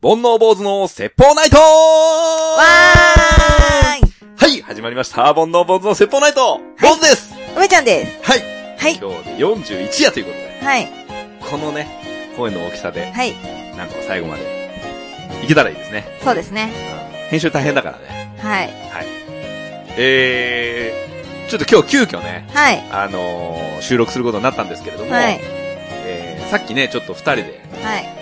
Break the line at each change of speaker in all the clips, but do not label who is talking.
煩悩坊主の説法ナイト
わーい
はい、始まりました。煩悩坊主の説法ナイト坊主です
梅ちゃんです
はい
はい
今日で41夜ということで、
はい、
このね、声の大きさで、
はい、
なんとか最後まで、いけたらいいですね。
そうですね
うん編集大変だからね。
はい、
えー、ちょっと今日急遽ね、
はい、
あのー、収録することになったんですけれども、
はい、
えー、さっきね、ちょっと二人で、
はい、
え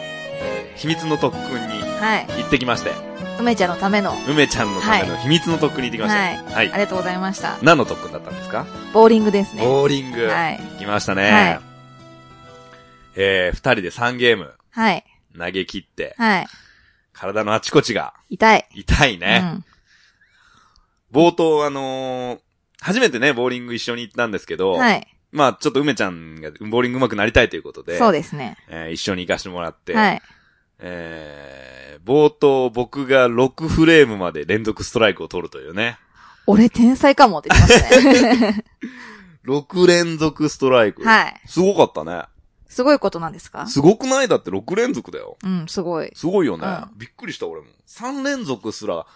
ー秘密の特訓に
はい、
行ってきまして、
梅ちゃんのための、あ
梅ちゃんのための秘密の特訓に行ってきました。はい。
りがとうございました。
何の特訓だったんですか
ボーリングですね。
ボーリング。
はい、
行きました
は
ね
い。
えー、二人で3ゲーム
はい、
投げ切って、
はい、
体のあちこちが
痛い。
痛いうね。
ん、
冒頭あのー、初めてね、ボーリング一緒に行ったんですけど、
はい、
まあちょっと梅ちゃんがボーリング上手くなりたいということで、
そうですね。
えー一緒に行かしてもらって、
はい、
えー、冒頭僕が6フレームまで連続ストライクを取るというね。
俺天才かもって言ってまし たね。
6連続ストライク。
はい。
すごかったね。
すごいことなんですか
すごくないだって6連続だよ。
うん、すごい。
すごいよね。
う
びっくりした俺も。3連続すら、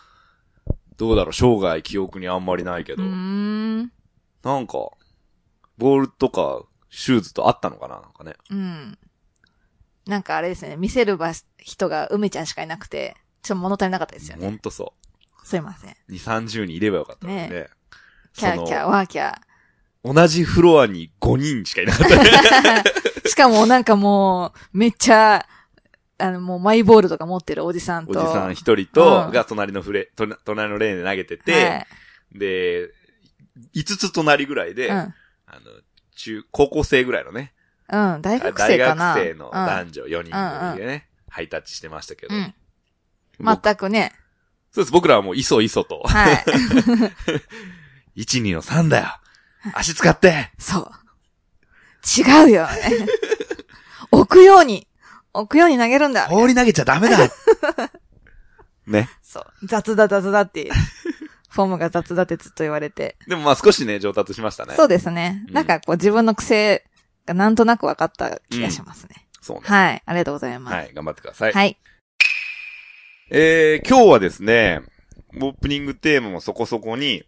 どうだろう、生涯記憶にあんまりないけ
う
ど。
ーん、
なんか、ボールとか、シューズとあったのかななんかね。
うん。なんかあれですね、見せる場人が梅ちゃんしかいなくて、ちょっと物足りなかったですよね。
ほんとそ
すいません。
う。2、30人いればよかったのにね。
ねキ
そ
ャーキャー、
の、
ワーキャー。
同じフロアに5人しかいなかった ね。
しかもなんかもう、めっちゃ、あの、もうマイボールとか持ってるおじさん
お
と。
じさん1人
う
と、
ん
が隣のフレ、とな隣のレーンで投げて
は
て、
い
で、5つ隣ぐらいで、
う
あ
ん
の、中、高校生ぐらいのね、
うん、大学生かな。
大学生の
う
男女4人組でね、ハイタッチしてましたけど。
ん。うん
僕
全くね。
そうです、僕らはもういそいそ と、
はい。
1、2の3だよ 足使って
そう。違うよ。置くように、置くように投げるんだ。
放り投げちゃダメだね。
そう。雑だ雑だっていう。フォームが雑だってずっと言われて。
でもまあ少しね、上達しましたね。
そうですね。
うん
なんかこう自分の癖がなんとなく分かった気がしますね。
そうね。
はい。ありがとうございます。
は
はい。
い、頑張ってください。えー、今日はですね、オープニングテーマもそこそこに、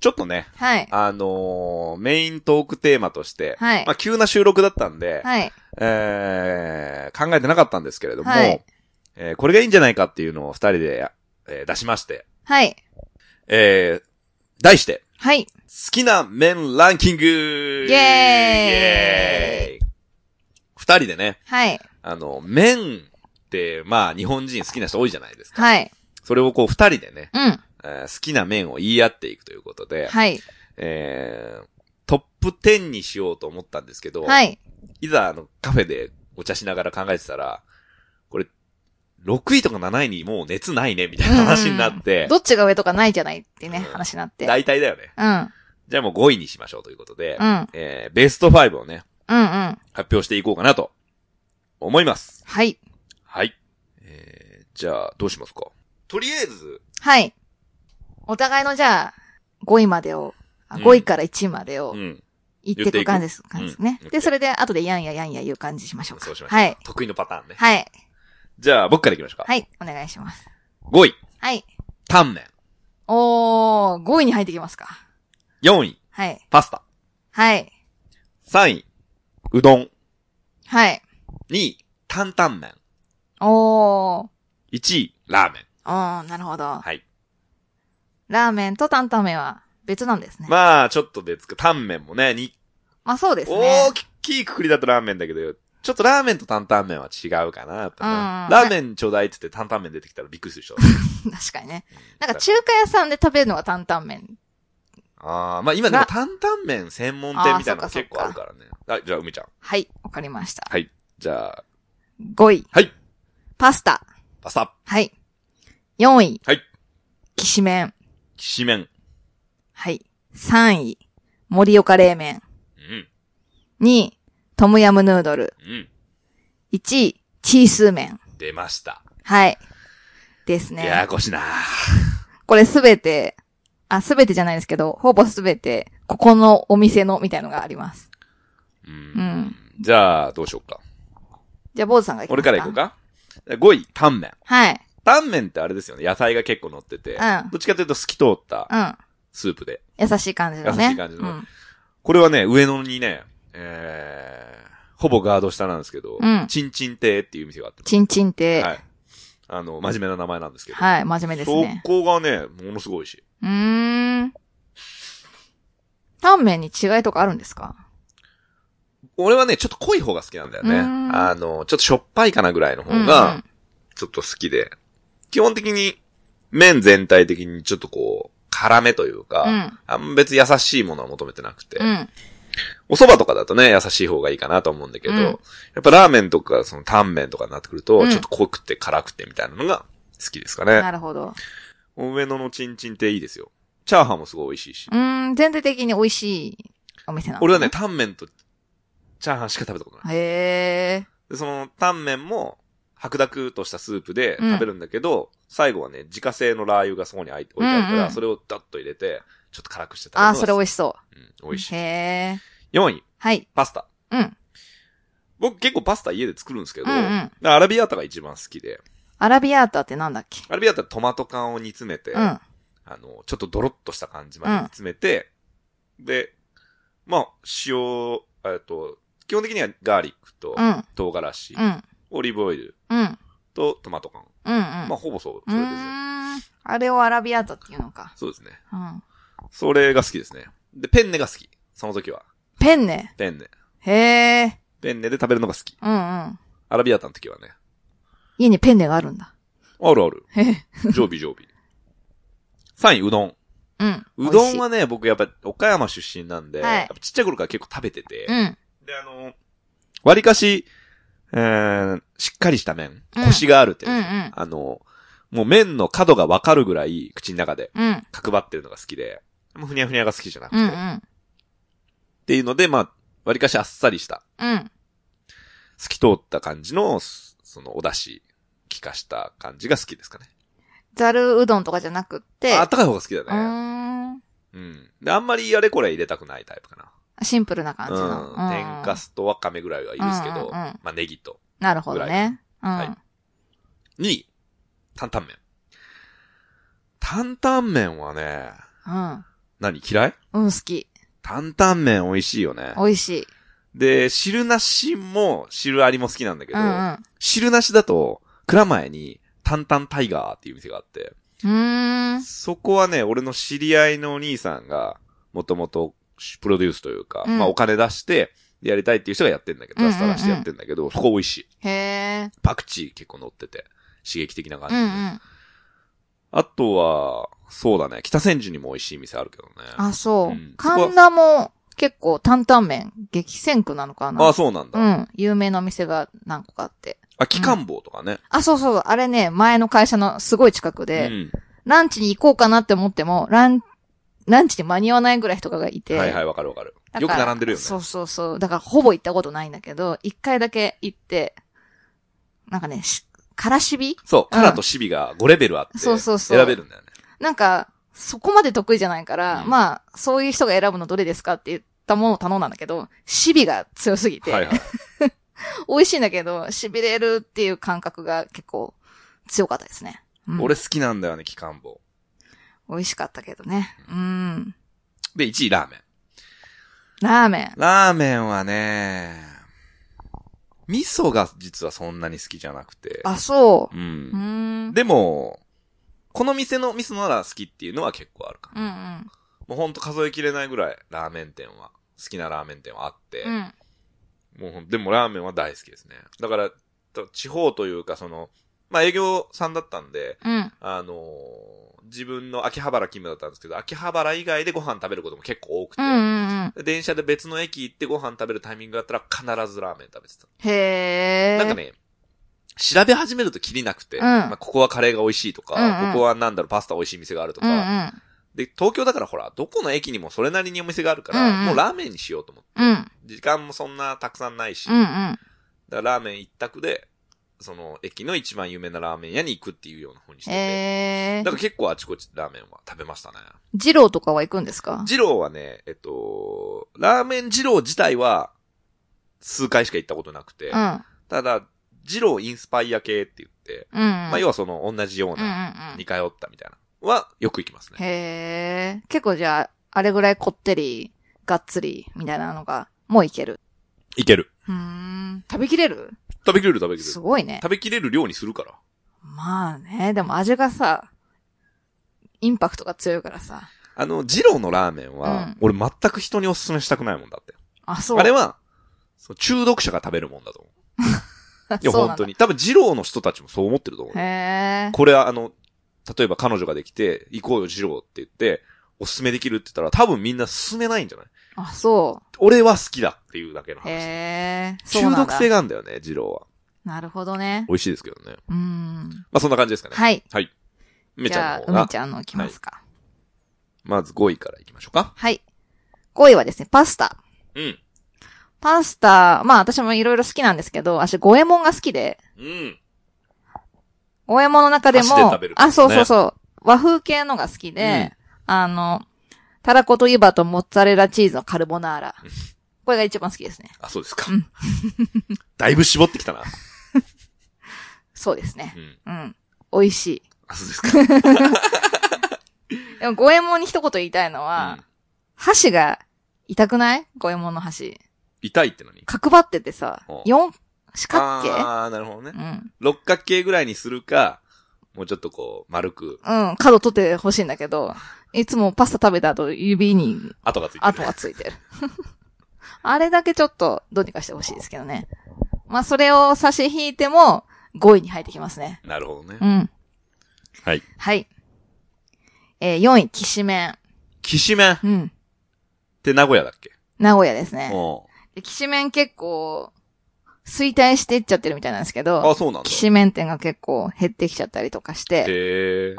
ちょっとね、
はい。
あのー、メイントークテーマとして、
はい
まあ急な収録だったんで、
はい。
えー考えてなかったんですけれども、
はい
えーこれがいいんじゃないかっていうのを二人で、えー出しまして、
はい。
えー題して、
はい。
好きな麺ランキングイェーイ
イエ
イ二人でね、
はい。
あの、麺って、まあ、日本人好きな人多いじゃないですか。
はい。
それをこう二人でね、
うん。
えー好きな麺を言い合っていくということで、
はい。
えートップ10にしようと思ったんですけど、
はい。
いざ、あの、カフェでお茶しながら考えてたら、これ、6位とか7位にもう熱ないね、みたいな話になって、
どっちが上とかないじゃないってね、
うん
話になって。
大体だよね。
うん。うん。
じゃあもう5位にしましょうということで、
うん
えー、ベスト5をね、
うん。
発表していこうかなと、思います。
はい。
はい。えー、じゃあ、どうしますかとりあえず、
はい。お互いのじゃあ、5位までを、あ
うん
5位から1位までを
うん、
言っていく感じで
言っ
す
ていく
感じですね
うん。
で、それで後でやんややんや言う感じしましょうか。
そうしましょう
はい。
得意のパターンね。
はい。
じゃあ、僕からいきましょうか。
はい。お願いします。
5位、
はい。
タンメン。
おー、5位に入ってきますか。
4位、
はい。
パスタ。
はい。
3位、うどん。
はい。
2位、担々麺。
おー。
1位、ラーメン。
おー、なるほど。
はい。
ラーメンと担々麺は別なんですね。ま、
まあ、ちょっと別か。タンメンもね、に、
あそうですね
大。きいくくりだとラーメンだけど、ちょっとラーメンと担々麺は違うかな、やっぱな
うん
ラーメンちょうだいって言って担々麺出てきたらびっくりするでしょ。うん
確かにね。 なんか中華屋さんで食べるのが担々麺。
ああ、まあ今でも担々麺専門店みたいなの
あーそっ
結
か
構あるからね。あ、じゃあ、梅ちゃん。
はい、わかりました。
はい。じゃあ、
5位。
はい。
パスタ。
パスタ、
はい。4位。
はい。
きしめん。
きしめん。
はい。3位。盛岡冷麺。
うん、
2位。トムヤムヌードル。
うん。
1位。チースー麺。
出ました。
はい。です
や
ね
や。こしな
これすべて、あ、すべてじゃないですけど、ほぼすべて、ここのお店のみたいのがあります。
うん
うん
じゃあ、どうしようか。
じゃあ、坊主さんが行きます
俺から行こう。か。 5位、タンメン。
はい。
タンメンってあれですよね。野菜が結構乗ってて。
うん
どっちかというと透き通った
うん。
スープで。
優しい感じのね。
優しい感じの
うん。
これはね、上野にね、えー、ほぼガード下なんですけど、
うん
チンチン亭っていう店があって。
チンチンって、
はい。あの、真面目な名前なんですけど。
はい、真面目です
そ
ね。
こがね、ものすごいし。
うーん。タンメンに違いとかあるんですか
俺はね、ちょっと濃い方が好きなんだよね。
うん
あの、ちょっとしょっぱいかなぐらいの方
うんうん
が、ちょっと好きで。基本的に、麺全体的にちょっとこう、辛めというか、
うん
あん別優しいものは求めてなくて、
うん。
お蕎麦とかだとね、優しい方がいいかなと思うんだけど、
うん
やっぱラーメンとか、そのタンメンとかになってくると、
うん
ちょっと濃くて辛くてみたいなのが好きですか
な
ね。
るほど。
上野のチンチンっていいですよ。チャーハンもすごい美味しいし。
うーん、全体的に美味しいお店なの
俺はね、。タンメンとチャーハンしか食べたことない。
へえ。
で、そのタンメンも、白濁としたスープで
うん
食べるんだけど、最後はね、自家製のラー油がそこに置いてあるから、
うんうん
それをダッと入れて、ちょっと辛くして食べるのが
あー、それ美味しそ
う
う。
ん、美味しい。
へえ。
4位、
はい。
パスタ。
うん。
僕結構パスタ家で作るんですけど、
うんうん
でアラビアータが一番好きで、
アラビアータってなんだっけ
アラビアータはトマト缶を煮詰めて、
うん。
あ
あ
の、ちょっとドロッとした感じまで煮詰めて、で、まあ、塩、えっと、基本的にはガーリックと
うん
唐辛子、
うん。
オリーブオイル
うん。うん。
とトマト缶。
うん。
まあ、ほぼそう、
う
それですね。
ーん。あれをアラビアータっていうのか。
そうですね。
うん。
それが好きですね。で、ペンネが好き。その時は。
ペンネ。
ペンネ。
へえ。
ペンネで食べるのが好き。
うんうん。
アラビアータの時はね。
家にペンネがあるんだ。
あるある。
へえ。
常備常備。3位、うどん。
うん。
うどん
美味しい
はね、僕やっぱ岡山出身なんで、
はい
やっぱちっちゃい頃から結構食べてて、
うん。
で、あの、割かし、えー、しっかりした麺、
うん
コシがあるっていうう、
んうん。
あの、もう麺の角がわかるぐらい口の中で
うん。
角張ってるのが好きで、もうふにゃふにゃが好きじゃなく
う
て、
んう
っ
ん。
ていうので、まあ、割かしあっさりした
うん。
透き通った感じの、すそのお出汁、効かした感じが好きですかね。
ざるうどんとかじゃなくって。
ああったかい方が好きだ
う
ね。
ーん。
うん。で、あんまりあれこれ入れたくないタイプかな。
シンプルな感じの。
うん。天か
す。
すとわかめぐらいはいいですけど、
うんうんうん
まあネギと。
なるほどね。う
らい
ん。
2位、担々麺。担々麺はね、
うん。
何嫌い
うん、好き。
担々麺美味しいよね
美。味しい。
で、汁なしも、汁ありも好きなんだけ
う
ど、
んうん。う
汁なしだと、蔵前に、担々タイガーっていう店があって、
ーん。
そこはね、俺の知り合いのお兄さんが、もともとプロデュースというか、
うん
まあお金出して、やりたいっていう人がやってんだけど、
うん
出
うんうん
スタ出してやってんだけど、そこ美味しい。
へえ。
パクチー結構乗ってて、刺激的な感
う
じで
んう
ね、
ん。
あとは、そうだね、北千住にも美味しい店あるけどね。あ
あ、そうう。
ん
神田も結構担々麺激戦区なのかな
そうなんだ。
うん。有名なお店が何個かあって。
あ、機関棒とかね。
あ、そうそう。あれね、前の会社のすごい近く
う
で、
ん。
ランチに行こうかなって思っても、ラン、ランチに間に合わないぐらい人がいて。
はいはい、わかるわかる。
だ
よく
から
並んでるよね。
そうそうそう。だからほぼ行ったことないんだけど、一回だけ行って、なんかね、しからしび
そう、カラとシビが5レベルあって、
そ
選
うそうそう
べるんだよね。
なんか、そこまで得意じゃないから、
うん
まあ、そういう人が選ぶのどれですかって言ったものを頼んだんだけど、シビが強すぎて、
はいはい。
美味しいんだけど、痺れるっていう感覚が結構強かったですね。うん、
俺好きなんだよね、機関棒。
美味しかったけどね。うん。
で、1位ラーメン。
ラーメン。
ラーメンはね、味噌が実はそんなに好きじゃなくて。
あ、そうう。うー
ん。
ん。うん
でも、この店の味噌なら好きっていうのは結構あるか
う
な。
ん。
もうほんと数えきれないぐらいラーメン店は、好きなラーメン店はあって。
うん。
もうほんでもラーメンは大好きですね。だから、と地方というかその、まあ営業さんだったんで、
うん。
あのー自分の秋葉原勤務だったんですけど、秋葉原以外でご飯食べることも結構多くて、
うんうんうん。
電車で別の駅行ってご飯食べるタイミングがあったら必ずラーメン食べてた。
へー。
なんかね、調べ始めるときりなくて、
うん
まあ、ここはカレーが美味しいとか、
うんうん
ここはなんだろう、パスタ美味しい店があると
う
か、
んうん。
で、東京だからほら、どこの駅にもそれなりにお店があるから、
うんうん
もうラーメンにしようと思って。
うん。
時間もそんなたくさんないし、
うんうん。
だからラーメン一択で、その駅の一番有名なラーメン屋に行くっていうような風にしてて、
え
だから結構あちこちラーメンは食べましたね。
ジローとかは行くんですか
二郎はね、えっと、ラーメン二郎自体は数回しか行ったことなくて、
うん。
ただ、ジローインスパイア系って言って、
うん。ま
まあ、要はその、同じよう
うんうん
な、
うん
似通ったみたいな、は、よく行きますね。
へえ。結構じゃあ、あれぐらいこってり、がっつり、みたいなのが、もういける。
いける。
うーん。食べきれる
食べきれる食べきれる
す。ごいね。
食べきれる量にするから。
まあね、でも味がさ、インパクトが強いからさ。
あの、ジローのラーメンは、俺全く人にお勧めしたくないもんだって。
あ、そう。
あれは、そう中毒者が食べるもんだと思う。いや、
そうな
本
んだ
当に。多分、ジローの人たちもそう思ってると思う。
へえ。
これは、あの、例えば彼女ができて、行こうよ、ジローって言って、お勧めできるって言ったら、多分みんな勧めないんじゃない
あ、そ
俺は好きだっていうだけの
う。
話。
へえ。そう
中
なんだ
毒性があるんだよね、ジローは。
なるほどね。
美味しいですけどね。
うーん。
まあ、そんな感じですかね。
はい。
梅
じ
ちゃん
ゃあ、
の方が
梅ち、ゃんのきますか。
まず5位から行きましょうか。
はい。5位はですね、パスタ。
うん。
パスタ、まあ私もいろいろ好きなんですけど、私、五右衛門が好きで、
うん。
五右衛門の中でも、
箸で食べるからね
あ、そうそうそう。和風系のが好きで、あの、たらこと湯葉とモッツァレラチーズのカルボナーラ。これが一番好きですね。
あ、そうですか
うん
だいぶ絞ってき たな。
そうですね
う。ん。
うん。美味しい。
あ、そうですか。
でも、五右衛門に一言言いたいのは、
うん
箸が痛くない五右衛門の箸。
痛いってのに。
角張っててさ
お、
四四角形
ああ、なるほどね
う。ん。
六角形ぐらいにするか、もうちょっとこう、丸く、
うん。角取ってほしいんだけど、いつもパスタ食べた後指に
跡がついてる。
跡がついてる。 あれだけちょっとどうにかしてほしいですけどね。まあ、それを差し引いても5位に入ってきますね。
なるほどね
う。ん。
はい。
はい。えー、4位、きしめん。
きしめんっ
うん。
て名古屋だっけ
名古屋ですね。
うん。
で、きしめん結構、衰退していっちゃってるみたいなんですけ
あ、
ど、
そうなんだ
き。しめん店が結構減ってきちゃったりとかして、
へえ。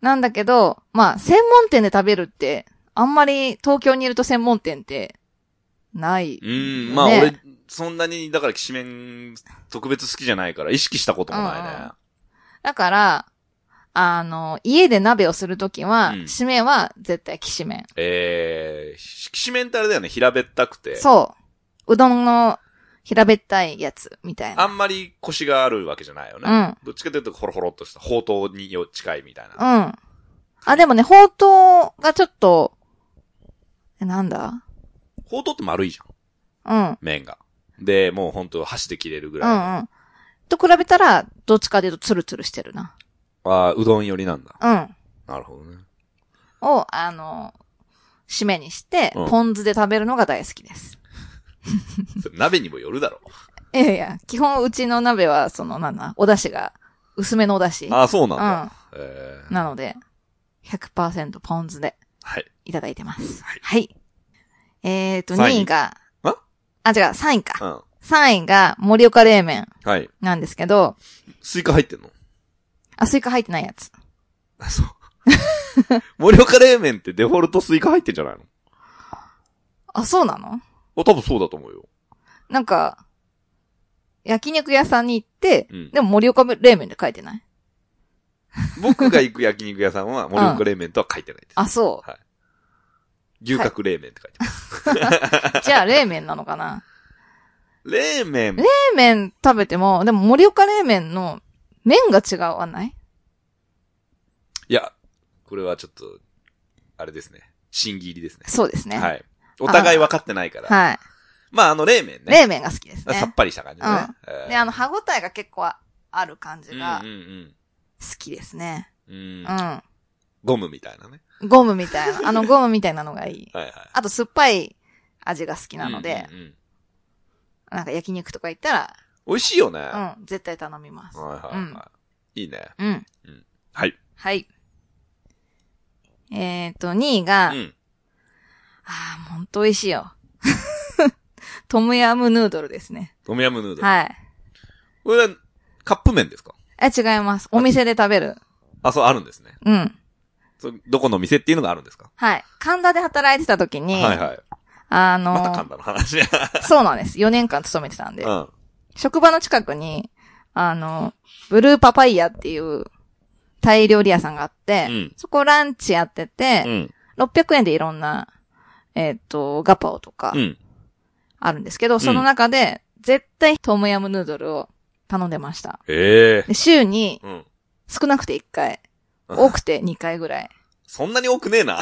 なんだけど、まあ、専門店で食べるって、あんまり東京にいると専門店って、ない。
うん、まあ
ね
俺、そんなに、だからきしめん、特別好きじゃないから、意識したこともないね。
だから、あの、家で鍋をするときは、
うん
締めは絶対きしめん。
えー、きしめんってあれだよね、平べったくて。
そう。うどんの平べったいやつ、みたい
あ
な。
んまり腰があるわけじゃないよね。
うん
どっちかというと、ほろほろっとした、ほうとうによ近いみたいな。
うん。あ、でもね、ほうとうがちょっと、えなんだ
ほうとうって丸いじゃん、
うん。
麺が。で、もうほんと箸で切れるぐ
う
らいの。
んうん。と比べたら、どっちかでいうとツルツルしてるな。
ああ、うどん寄りなんだ。
うん。
なるほどね。
を、あの、締めにして、
うん
ポン酢で食べるのが大好きです。
それ鍋にもよるだ ろ
いやいや、基本うちの鍋は、その、なんだ、お出汁が、薄めのお出汁。
う。ああ、そうなん
うん
だ。えー、
なので、100%ポン酢で
はい。
いただいてます。
はい
はい。えーと、
三位
2位が、
あ
あ、違う、3位か。
う
3位が、盛岡冷麺
ん。はい。
なんですけど、
スイカ入ってんの
あ、スイカ入ってないやつ。
あ、そう。 盛岡冷麺ってデフォルトスイカ入ってんじゃないの
あ、そうなの
あ、多分そうだと思うよ。
なんか、焼肉屋さんに行って、
うん
でも盛岡冷麺で書いてない
僕が行く焼肉屋さんは、盛岡冷麺とは書いてないです。
あ、そう。
はい。牛角冷麺って書いてます。
じゃあ冷麺なのかな
冷麺
冷麺食べても、でも盛岡冷麺の麺が違うわない
いや、これはちょっと、あれですね。審議入りですね。
そうですね。。
はいい。お互い分かってないから。
はい。
まあ、あの、冷麺ね。
冷麺が好きです
さ
ね
っ。ぱりした感じだね。えー
で、あの、歯ごたえが結構あある感じが
うんうん
好きですね。
うん。うん。
う
ゴムみたいなね。
ん。ゴムみたいな、あのゴムみたいなのがいい。
はいはい。
あと酸っぱい味が好きなので
う、んうんうん。
なんか焼肉とか行った
美味しいよね。は
ら、うん、絶対頼みます
い。はいはい。いいね。
うん。
はい。
はい。えっと、2位
う
が、
ん。
ああ、ほんと美味しいよ。 トムヤムヌードルですね。
トムヤムヌードル。
はい。
これは、カップ麺ですか
え、違います。お店で食べる。
あ、そう、あるんですね。
うん。
そうどこの店っていうのがあるんですか
はい。神田で働いてた時に、
はいはい。
あ
また噛
の
ん、だの 話。
そうなんです。4年間勤めてたんで
う、ん。
職場の近くに、あの、ブルーパパイヤっていうタイ料理屋さんがあって、
うん
そこランチやって
う
て、
ん。
600円でいろんな、えっ、と、ガパオとか
うん。
あるんですけど、その中で、絶対トムヤムヌードルを頼んでました。
ええ
で週に
うん。
少なくて1回、多くて2回ぐらい。
そんなに多くねえ な。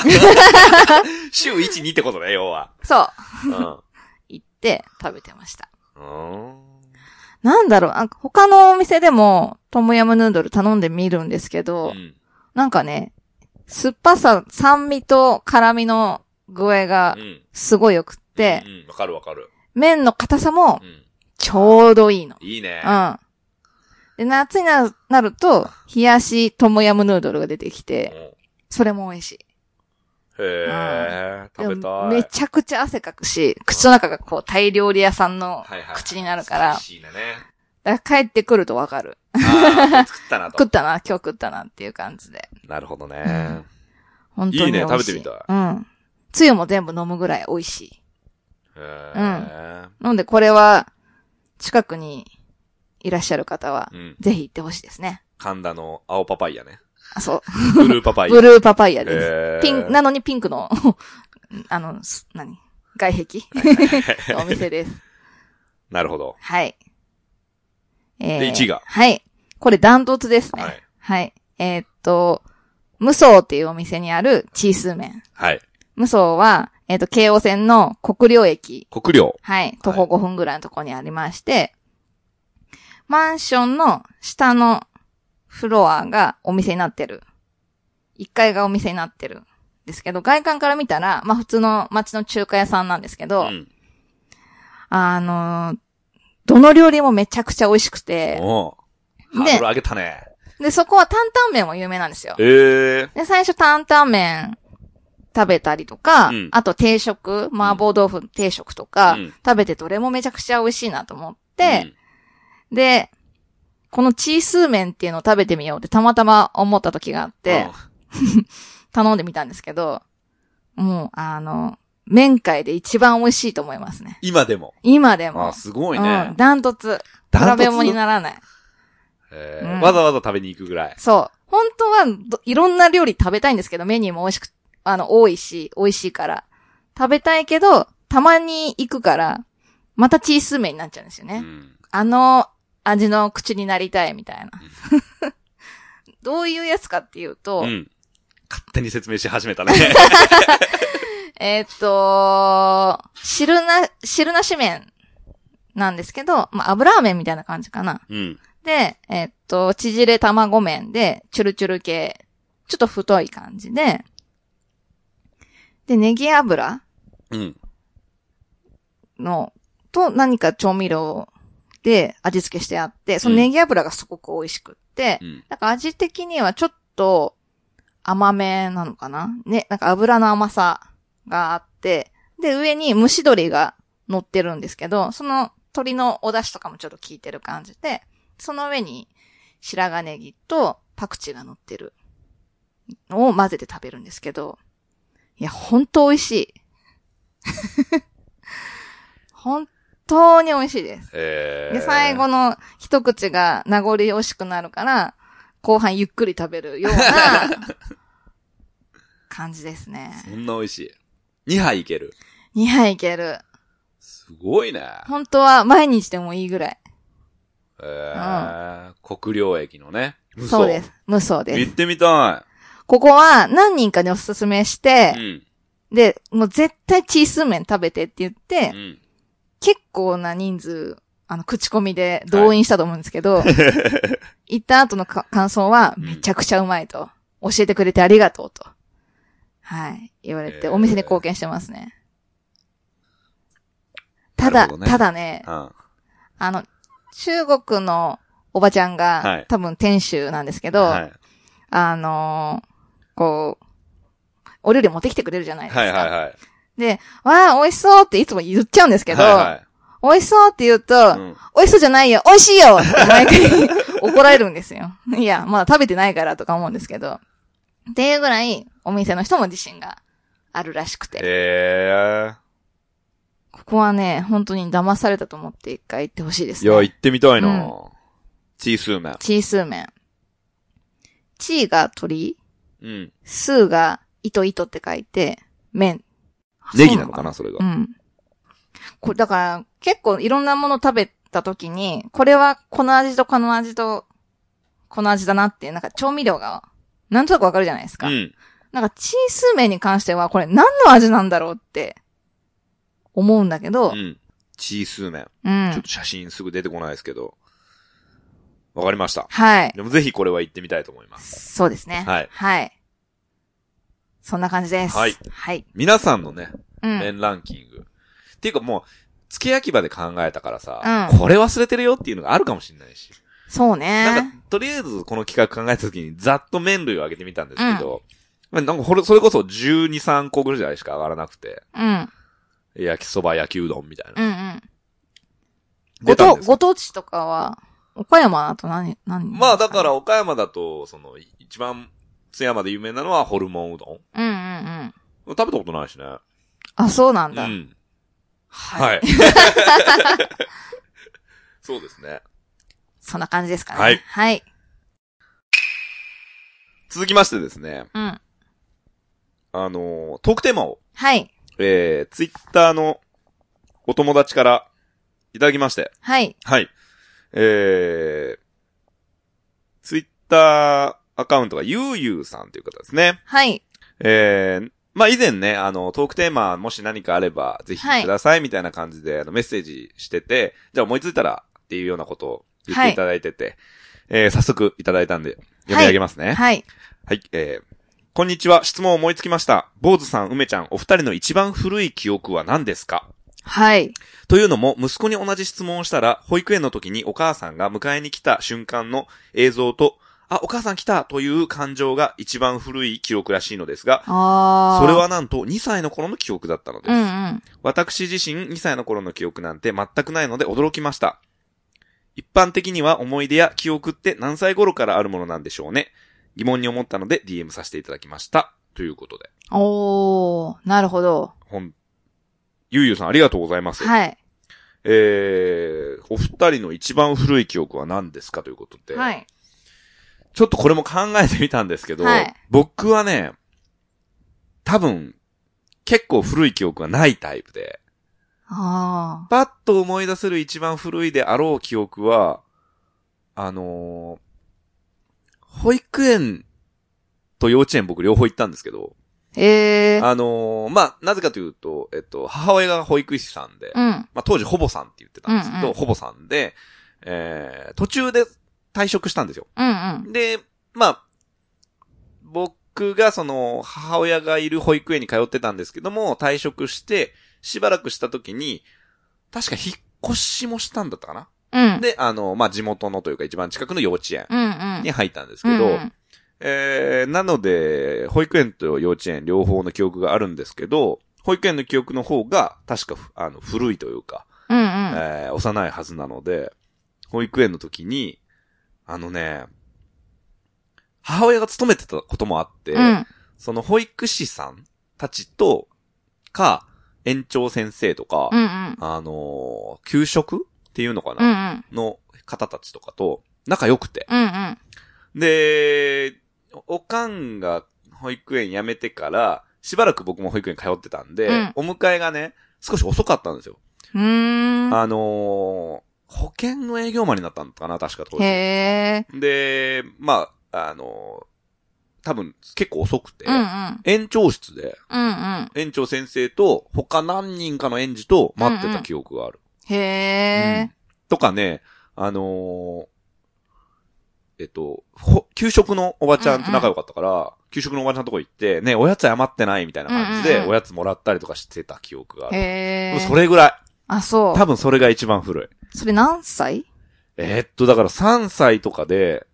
週1、2ってことね、要は。
そう、
うん。
行って食べてました。
うん。
なんだろう、なんか他のお店でも、トムヤムヌードル頼んでみるんですけ
う
ど、
ん
なんかね、酸っぱさ、酸味と辛味の具合が
うん。
すごい良くって
う、ん、わかるわかる。
麺の硬さも
うん。
ちょうどいいの。
いいね。
うん。で、夏にななると、冷やしトムヤムヌードルが出てき
うん
て、それも美味しい。
へえ、食べ
で
た
も
い。
めちゃくちゃ汗かくし、口の中がこう、タイ料理屋さんの、
はいはい
口になるから
スパイシーなね。
だから帰ってくるとわかる。
あー作ったな
食
と
っ。たな、今日食ったなっていう感じで。
なるほど
う
ね
ん。本当に
いいね
美味
食
し
べてみたい
うん。つゆも全部飲むぐらい美味しい。
へえ。
なので、これは、近くにいらっしゃる方は、
うん。
ぜひ行ってほしいですね。
神田の青パパイヤね。
あ、そう。
ブルーパパイヤ。
ブルーパパイヤです。
へー
ピン、なのにピンクの、 あの、す何外壁 のお店です。
なるほど。
はい。え
で一位が
はい。これダントツですね。
は
はい。
い。
えーっと、無双っていうお店にあるチースー麺。
はい。
無双は、えーっと、京王線の国領駅
国領。
はい。徒歩5分ぐらいのところにありまして、マンションの下のフロアがお店になってる。1階がお店になってる。ですけど、外観から見たら、まあ普通の街の中華屋さんなんですけど、
ん。
あのーどの料理もめちゃくちゃ美味しくて、
おうハードル上げたね。
で、そこは担々麺も有名なんですよ。
ええ。
で、最初担々麺食べたりとか、
うん
あと定食、麻婆豆腐定食とか、
うん
食べてどれもめちゃくちゃ美味しいなと思って、で、このチースー麺っていうのを食べてみようってたまたま思った時があっ
うん、
て、頼んでみたんですけど、もう、あの、麺界で一番美味しいと思いますね。
うん今でも。
今で
あー
も。
すごいうね
ん、。ダントツ。比
ダント
べ
ツ
物にならない。
え
う
ー
ん
わざわざ食べに行くぐらい。
そう。本当はど、いろんな料理食べたいんですけど、メニューも美味しく、あの、多いし、美味しいから。食べたいけど、たまに行くから、またチースー麺になっちゃうんですよね。
うん
あの味の口になりたいみたいな。 どういうやつかっていうと、
うん。勝手に説明し始め たね。
えーっと、汁な、汁なし麺なんですけど、まあ、油麺みたいな感じかな。
うん。
で、えーっと、縮れ卵麺で、チュルチュル系、ちょっと太い感じで、で、ネギ油
うん。
の、と何か調味料で味付けしてあって、そのネギ油がすごく美味しくって、
うん。
なんか味的にはちょっと甘めなのかなね、なんか油の甘さがあって、で、上に蒸し鶏が乗ってるんですけど、その鶏のお出汁とかもちょっと効いてる感じで、その上に白髪ネギとパクチーが乗ってるのを混ぜて食べるんですけど、いや、ほんと美味しい。 本当に美味しいです。
えー
で、最後の一口が名残惜しくなるから、後半ゆっくり食べるよ うな感じですね。
そんな美味しい。2杯いける。
2杯いける。
すごいね。
本当は毎日でもいいぐらい。
えー国領駅のね。嘘
そうで。す。無双で
行
す。
ってみた
ここは何人かにおすすめして
い。う、ん。
で、もう絶対チースー麺食べてって言って
う、ん。
結構な人数、あの、口コミで動員したと思うんですけど、 行った後のか感想は、
うん
めちゃくちゃうまいと。教えてくれてありがとうと。はい。言われて、
えー
お店に貢献してますね。ただ、
なるほどね
ただね、
うん
あの、中国のおばちゃんが、
はい
多分店主なんですけど、
はい
あのーこう、お料理持ってきてくれるじゃないですか。
はいはいはい。
で、わあ、美味しそうっていつも言っちゃうんですけど、
はいはい
美味しそうって言うと、
うん
美味しそうじゃないよ美味しいよって毎回 怒られるんですよ。いや、まだ食べてないからとか思うんですけど。っていうぐらい、お店の人も自信があるらしくて。
え
ここはね、本当に騙されたと思って一回行ってほしいで
ー。
す
いや、
ね。
行ってみたいな、
う
チースーメン。
チースー麺。チーが鳥、
うん。
スーが糸糸って書いて、麺。
ネギなのかな、それが
う。ん。これ、だから、結構いろんなもの食べった時に、これはこの味とこの味とこの味だなっていう、なんか調味料が、なんとなくわかるじゃないです
う
か。
ん。
なんかチース麺に関しては、これ何の味なんだろうって思うんだけど
う、ん。チースー麺。
う
ちょっ
ん。
と写真すぐ出てこないですけど。わかりました。
はい。
でもぜひこれは行ってみたいと思います。
そうですね。
はい
はい。そんな感じです。
はい
はい。
皆さんのね、
うん。
麺ランキング。っていうかもう、付け焼き場で考えたからさ、
うん
これ忘れてるよっていうのがあるかもしれないし。
そうね。
なんか、とりあえずこの企画考えた時にざっと麺類を上げてみたんですけど、まあなんかほれ、それこそ12、3個ぐらいしか上がらなくて、
うん。
焼きそば、焼きうどんみたいな。
うんうん。
出
ご
たん
と、
ですけど
ご当地とかは、岡山だと何、何
まあだか。ら岡山だと、その、一番津山で有名なのはホルモンうどん。
うんうんう
食べ
ん。
たことないしね。
あ、そうなん
う
だ。
ん。
は。
はい い。そうですね。
そんな感じですかね。
はい
はい。
続きましてですね、
うん。
あのー、トークテーマを、
はい。
えー、ツイッターのお友達からいただきまして、
はい。
はい。えー、ツイッターアカウントがゆうゆうさんという方ですね。
はい。
えー、まあ以前ね、あの、トークテーマ、もし何かあれば、ぜひ
はい
くださいみたいな感じで、あの、メッセージしてて、じゃあ思いついたらっていうようなことを言っていただいてて、えー、早速いただいたんで、読み上げますね。
はい。
はい、えー、こんにちは、質問を思いつきました。坊主さん、梅ちゃん、お二人の一番古い記憶は何ですか
はい。
というのも、息子に同じ質問をしたら、保育園の時にお母さんが迎えに来た瞬間の映像と、あ、お母さん来たという感情が一番古い記憶らしいのですが、
あー。
それはなんと2歳の頃の記憶だったのです。
うんうん。
私自身2歳の頃の記憶なんて全くないので驚きました。一般的には思い出や記憶って何歳頃からあるものなんでしょうね。疑問に思ったので DM させていただきました。ということで。
おー、なるほど。
ほん、ゆうゆうさんありがとうございます。
はい。
えー、お二人の一番古い記憶は何ですかということで。
はい。
ちょっとこれも考えてみたんですけど、
はい
僕はね、多分、結構古い記憶はないタイプで、
あ
パッと思い出せる一番古いであろう記憶は、あのー保育園と幼稚園僕両方行ったんですけど、
ー。えー。
あのーまあ、なぜかというと、えっと、母親が保育士さんで、
うん。
まあ、当時ほぼさんって言ってたんですけど、
うんうん
ほぼさんで、えー、途中で退職したんですよ。
うんうん。
で、まあ、僕がその、母親がいる保育園に通ってたんですけども、退職して、しばらくした時に、確か引っ越しもしたんだったか
うん
な。。で、あの、まあ、地元のというか一番近くの幼稚園
うんうん。
に入ったんです
うん
け
うん
ど、えー、なので、保育園と幼稚園両方の記憶があるんですけど、保育園の記憶の方が、確かふ、あの、古いというか、
うんうん。
えー幼いはずなので、保育園の時に、あのね、母親が勤めてたこともあって、
うん。
その保育士さんたちと、か、園長先生とか、
うんうん。
あのー給食っていうのか
うんう
な、
ん。
の方たちとかと仲良くて。
うんうん。
で、おかんが保育園辞めてから、しばらく僕も保育園通ってたんで、
うん
お迎えがね、少し遅かったんですよ。
うーん。
あのー保険の営業マンになったのかな、確か当時。
へ
で、まあ、あのー多分結構遅くて、
ー。うんうん。
園長室で、
うんうん。
園長先生と他何人かの園児と待ってた記憶がある。う
へ
んとかね、あのーえっと、ほ給食のおばちゃんと仲良かったから、給食のおばちゃんのとこ行って、ね、おやつ余ってないみたいな感じ
うん
で、
うんうん
おやつもらったりとかしてた記憶があ
ー。
る。
へ
もう
ー。
それぐらい。
あ、そ
多分それが一番古い。
う。それ何歳
えーっと、だから3歳とかで、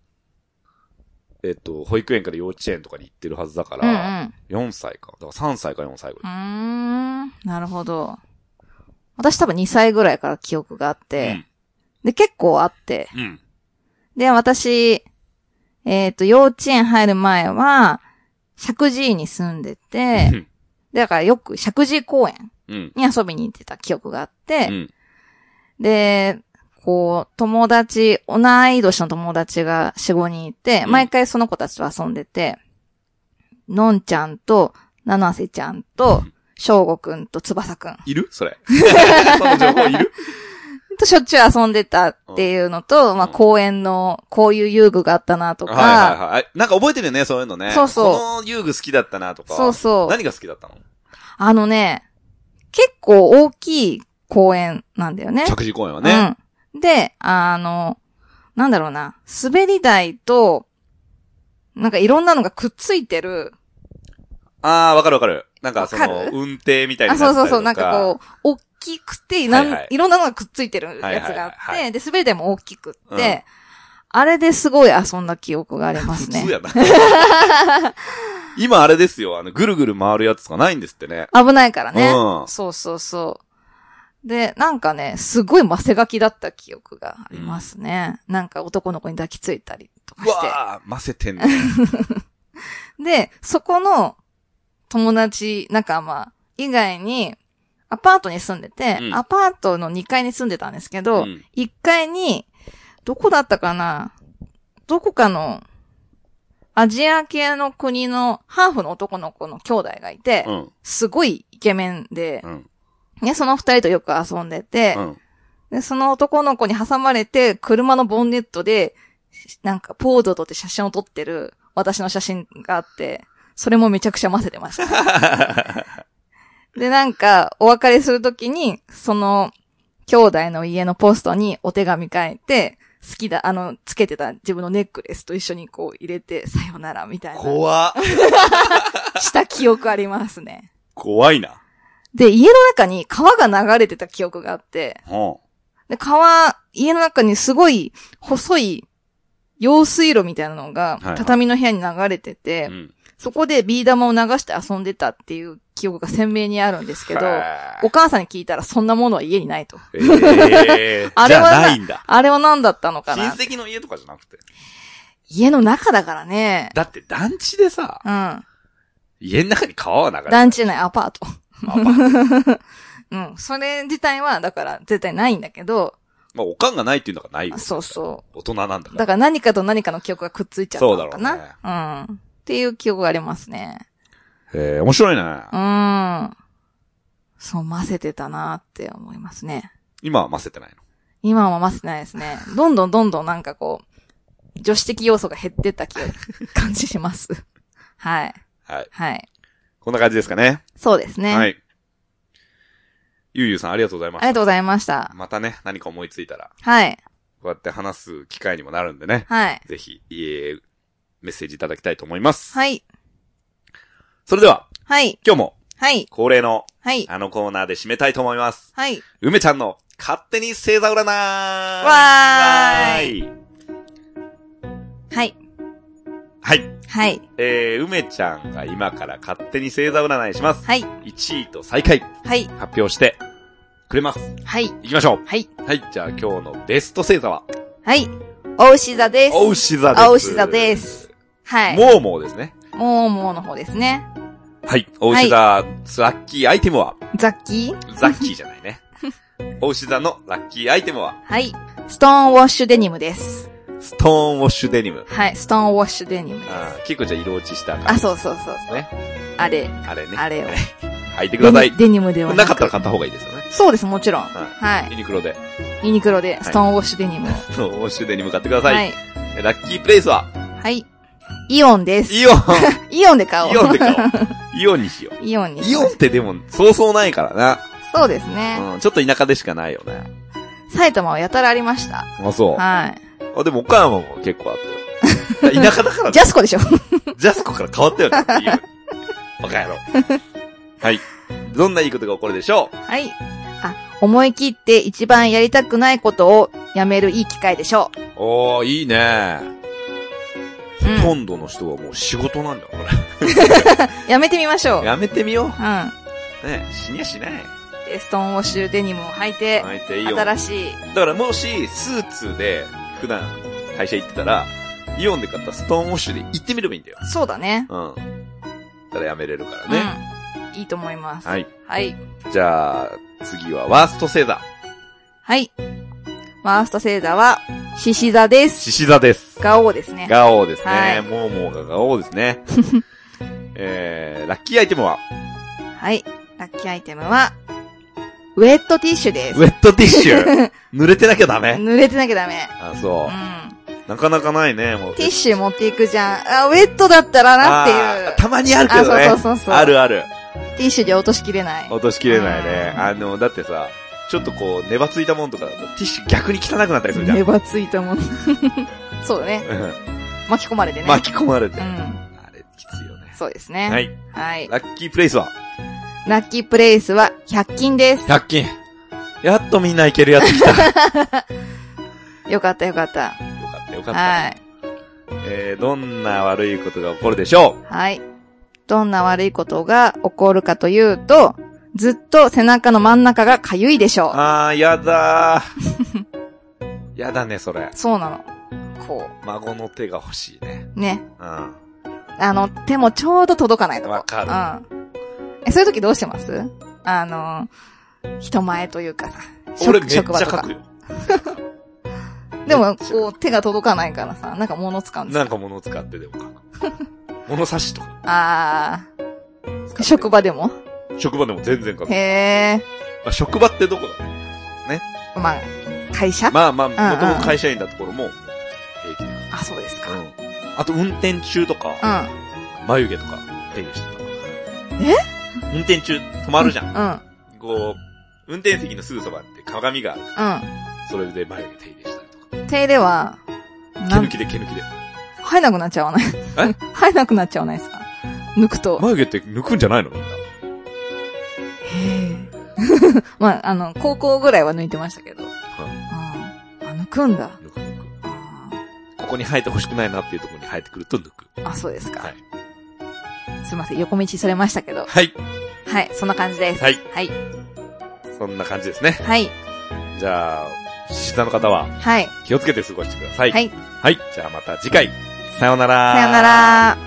えっと、保育園から幼稚園とかに行ってるはずだか
うんう
ら、
ん。
4歳か。だから3歳か4歳ぐ
う
らい。
ーん。なるほど。私多分2歳ぐらいから記憶があって、で、結構あって。
うん。うん。
で、私、えっ、と、幼稚園入る前は、石神井に住んでて、でだからよく石神井公園
うん。
に遊びに行ってた記憶があっ
う
て、
ん。
で、こう、友達、同い年の友達が4、5人いて、
うん
毎回その子たちと遊んでて、のんちゃんと、七瀬ちゃ んと、しょうごくんと翼くん。
いるそれ。その情報いる
としょっちゅう遊んでたっていうのと、まあ
うん
公園のこういう遊具があったなとか、
はいはいはい。なんか覚えてるよね、そういうのね。
そうそう
この遊具好きだったなとか。
そうそう
何が好きだったの
あのね、結構大きい公園なんだよね。
着地公園はね。
うん。で、あの、なんだろうな、滑り台と、なんかいろんなのがくっついてる、
あー、わかるわかる。なんかそ
わか
の
る、
運転みたいな。
あ、そうそうそう、なんかこう、大きくて、なん、
はいいはい
ろんなのがくっついてるやつがあって、
はいはいは
で、滑り台も大きくって、
うん
あれですごい遊んだ記憶があります
普通
ね。
やな。 今あれですよ、あの、ぐるぐる回るやつとかないんですってね。
危ないからね。
うん
そうそうそう。で、なんかね、すごいマセガキだった記憶がありますね。なんか男の子に抱きついたりとか
う
して。
わー、ませてんね。
で、そこの友達仲間以外に、アパートに住んでて、
うん
アパートの2階に住んでたんですけど、
うん
1階に、どこだったかなどこかの、アジア系の国のハーフの男の子の兄弟がいて、
うん。
すごいイケメンで
う、ん。
ね、その二人とよく遊んでて、
うん。
で、その男の子に挟まれて、車のボンネットで、しなんかポーズを撮って写真を撮ってる私の写真があって、それもめちゃくちゃ混ぜてま した。で、なんか、お別れするときに、その、兄弟の家のポストにお手紙書いて、好きだ、あの、つけてた自分のネックレスと一緒にこう入れて、さよならみたいな、
怖っ
した記憶ありますね。
怖いな。
で、家の中に川が流れてた記憶があって、
うん。
で、川、家の中にすごい細い用水路みたいなのが
いはい
畳の部屋に流れてて、
うん
そこでビー玉を流して遊んでたっていう記憶が鮮明にあるんですけど、
は
お母さんに聞いたらそんなものは家にないと。
いえー
あれは
じ
な
ゃないんだ。
あれは何だったのか
親
な
戚の家とかじゃなくて。
家の中だからね。
だって団地でさ、
うん。
家の中に川は流れてる
団地内アパート。
まあまあ
うん。それ自体は、だから絶対ないんだけど、
まあ、おかんがないっていうのがないよ。
そうそ
大人なんだ
う。
か
だ
ら。
から何かと何かの記憶がくっついちゃったのかな。
そうだろ
うん。っていう記憶がありますね。
えー、面白いね。
うん。そう、混ぜてたなって思いますね。
今はませてないの。
今は混ぜてないですね。どんどんどんどんなんかこう、女子的要素が減ってった気が、感じします。 はい。
はい。
はい。
こんな感じですかね。
そうですね。
はい。ゆうゆうさんありがとうござい
あ
まし
り
た。
がとうございました。
またね、何か思いついたら、
はい。
こうやって話す機会にもなるんでね。
はい。
ぜひ、えーメッセージいただきたいと思います。
はい。
それでは、
はい。
今日も
はい。
恒例の
はい。
あのコーナーで締めたいと思います。
はい。
梅ちゃんの勝手に星座占い
わーはい。
はい。
はい。
えー、梅ちゃんが今から勝手に星座占いします。
はい。
1位と最下位
はい。
発表してくれます。
はい。
行きましょう。
はい。
はい、じゃあ今日のベスト星座は、
はい。おうし座です。
おうし座です。
おうし座です。はい。
もうもうですね。
もう、もうの方ですね。
はい。おうし座、ラッキーアイテムは、
ザッキー
ザッキーじゃない ね。おうし座のラッキーアイテムは、
はい。ストーンウォッシュデニムです。
ストーンウォッシュデニム。
はい、ストーンウォッシュデニムです。
あー結構じゃあ色落ちした
あ、
感じ
そうそうそうそう。
ね。
あれ。
あれね。
あれを
履いてください
デニ。デニムでは
なかったら
く
買った方がいいですよね。
そうです、もちろん。
はい
は
ユニクロで、
い。ユニクロでストーンウォッシュデニムを。
ストーンウォッシュデニム買ってくださ。
はいい。
ラッキープレイスは、
はい。イオンです。
イオ ン
イオンで買おう。
イオンで 買おう。イオンにしよう。
イオンに。
イオンってでも、そうそうないから
そうですね。
な。うん、ちょっと田舎でしかないよね。
埼玉はやたらありました。
あ、そう。
はい。
あ、でも岡山も結構あ ったよ。田舎だから、
ジャスコでし ょ
ジャスコから変わったよね。っていう バカ野郎。はい。どんないいことが起こるでしょう
はい。あ、思い切って一番やりたくないことをやめるいい機会でしょ
おー、いいね。
う。う
ほと
ん。
んどの人はもう仕事なんだよ、こ
やめてみましょう。
れ。やめてみよう。
うん。
ね死にゃしない。
でストーンウォッシュデニムを履いて、
相手いいよ。
新しい。
だからもし、スーツで、普段、会社行ってたら、イオンで買ったストーンウォッシュで行ってみればいいんだよ。
そうだね。
うん。たらやめれるからね。
うん。いいと思います。
はい。
はい。
じゃあ、次はワースト星座。
はい。ワースト星座は、獅子座です。
獅子座です。
ガオですね。
ガオです
は
ね
い。
モーモーがガオです ね。えー、ラッキーアイテムは、
はい。ラッキーアイテムは、ウェットティッシュです
ウ。ェットティッシュ濡れてなきゃダ メ
濡れてなきゃダメ。
あ、
う
そ
ん。
う。なかなかないね、もう。
ティッシュ持っていくじゃん。あ、ウェットだったらなって
あー
いう。
たまにあるけどね。
あそうそうそうそう
あるある。
ティッシュで落としきれない。
落としきれないね。
うん
あの、だってさ、ちょっとこう、ネバついたもんとかだと、ティッシュ逆に汚くなったりするじゃん。
ネバついたもの。 そうだね。
う
巻き込まれて
ん
ね。
巻き込まれて。
う
あ
ん。
れ、きついよね。
そうですね。。
はいい。ラッキープレイスは
ラッキープレイスは100均です。
?100 均。やっとみんな行けるやつ来 た。よか
よかったよかった。
った、よかった。
はい。
えー、どんな悪いことが起こるでしょ
はい。どんな悪いことが起こるかというと、ずっと背中の真ん中が痒いでし
う
ょ
あー、やだー。 やだね、それ
う。。そうなの。こ
孫の手が欲しいね。
う。ね。
うん。
あの、手もちょうど届かないとこ。
わか
る。うん。え、そういう時どうしてますあの、人前というかさ。
俺めっちゃ
職場
書
とか
くよ。め
で
っ
も、
ちゃ
こう、手が届かないからさ、なんか物使うんですよ
なんか物を使ってでも書 く。物差しとか。
あー。職場でも
職場でも全然書く。
へ
まあ、職場ってどこだ
ー。まあ、会社、
まあまあ、も
ん
ともと会社員だところも、平気で
あ、そうです
書く。う
か。
ん。あと、運転中とか、
う
眉毛とか、手入れしてた。え運転中、止まるじゃん。
ん。うん。
こう、運転席のすぐそばって鏡があるから、
う
それで眉毛手入れしたりとか。
ん。手入れは、
毛
なん
抜きで毛抜きで。
生えなくなっちゃわない
え
生えなくなっちゃわないですか抜くと。
眉毛って抜くんじゃないのみんな。
へえ まあ、あの、高校ぐらいは抜いてましたけど。うん。あ、抜くんだ。
抜く抜く。
あ
ここに生えて欲しくないなっていうところに生えてくると抜く。
ーあ、そうですか。
はい。
すいません、横道それましたけど。
はい。
はい、そんな感じです。
はい。
はい。
そんな感じですね。
はい。
じゃあ、獅子座の方は
はい。
気をつけて過ごしてください。
はい。
はい。じゃあまた次回。さようなら。
さよなら。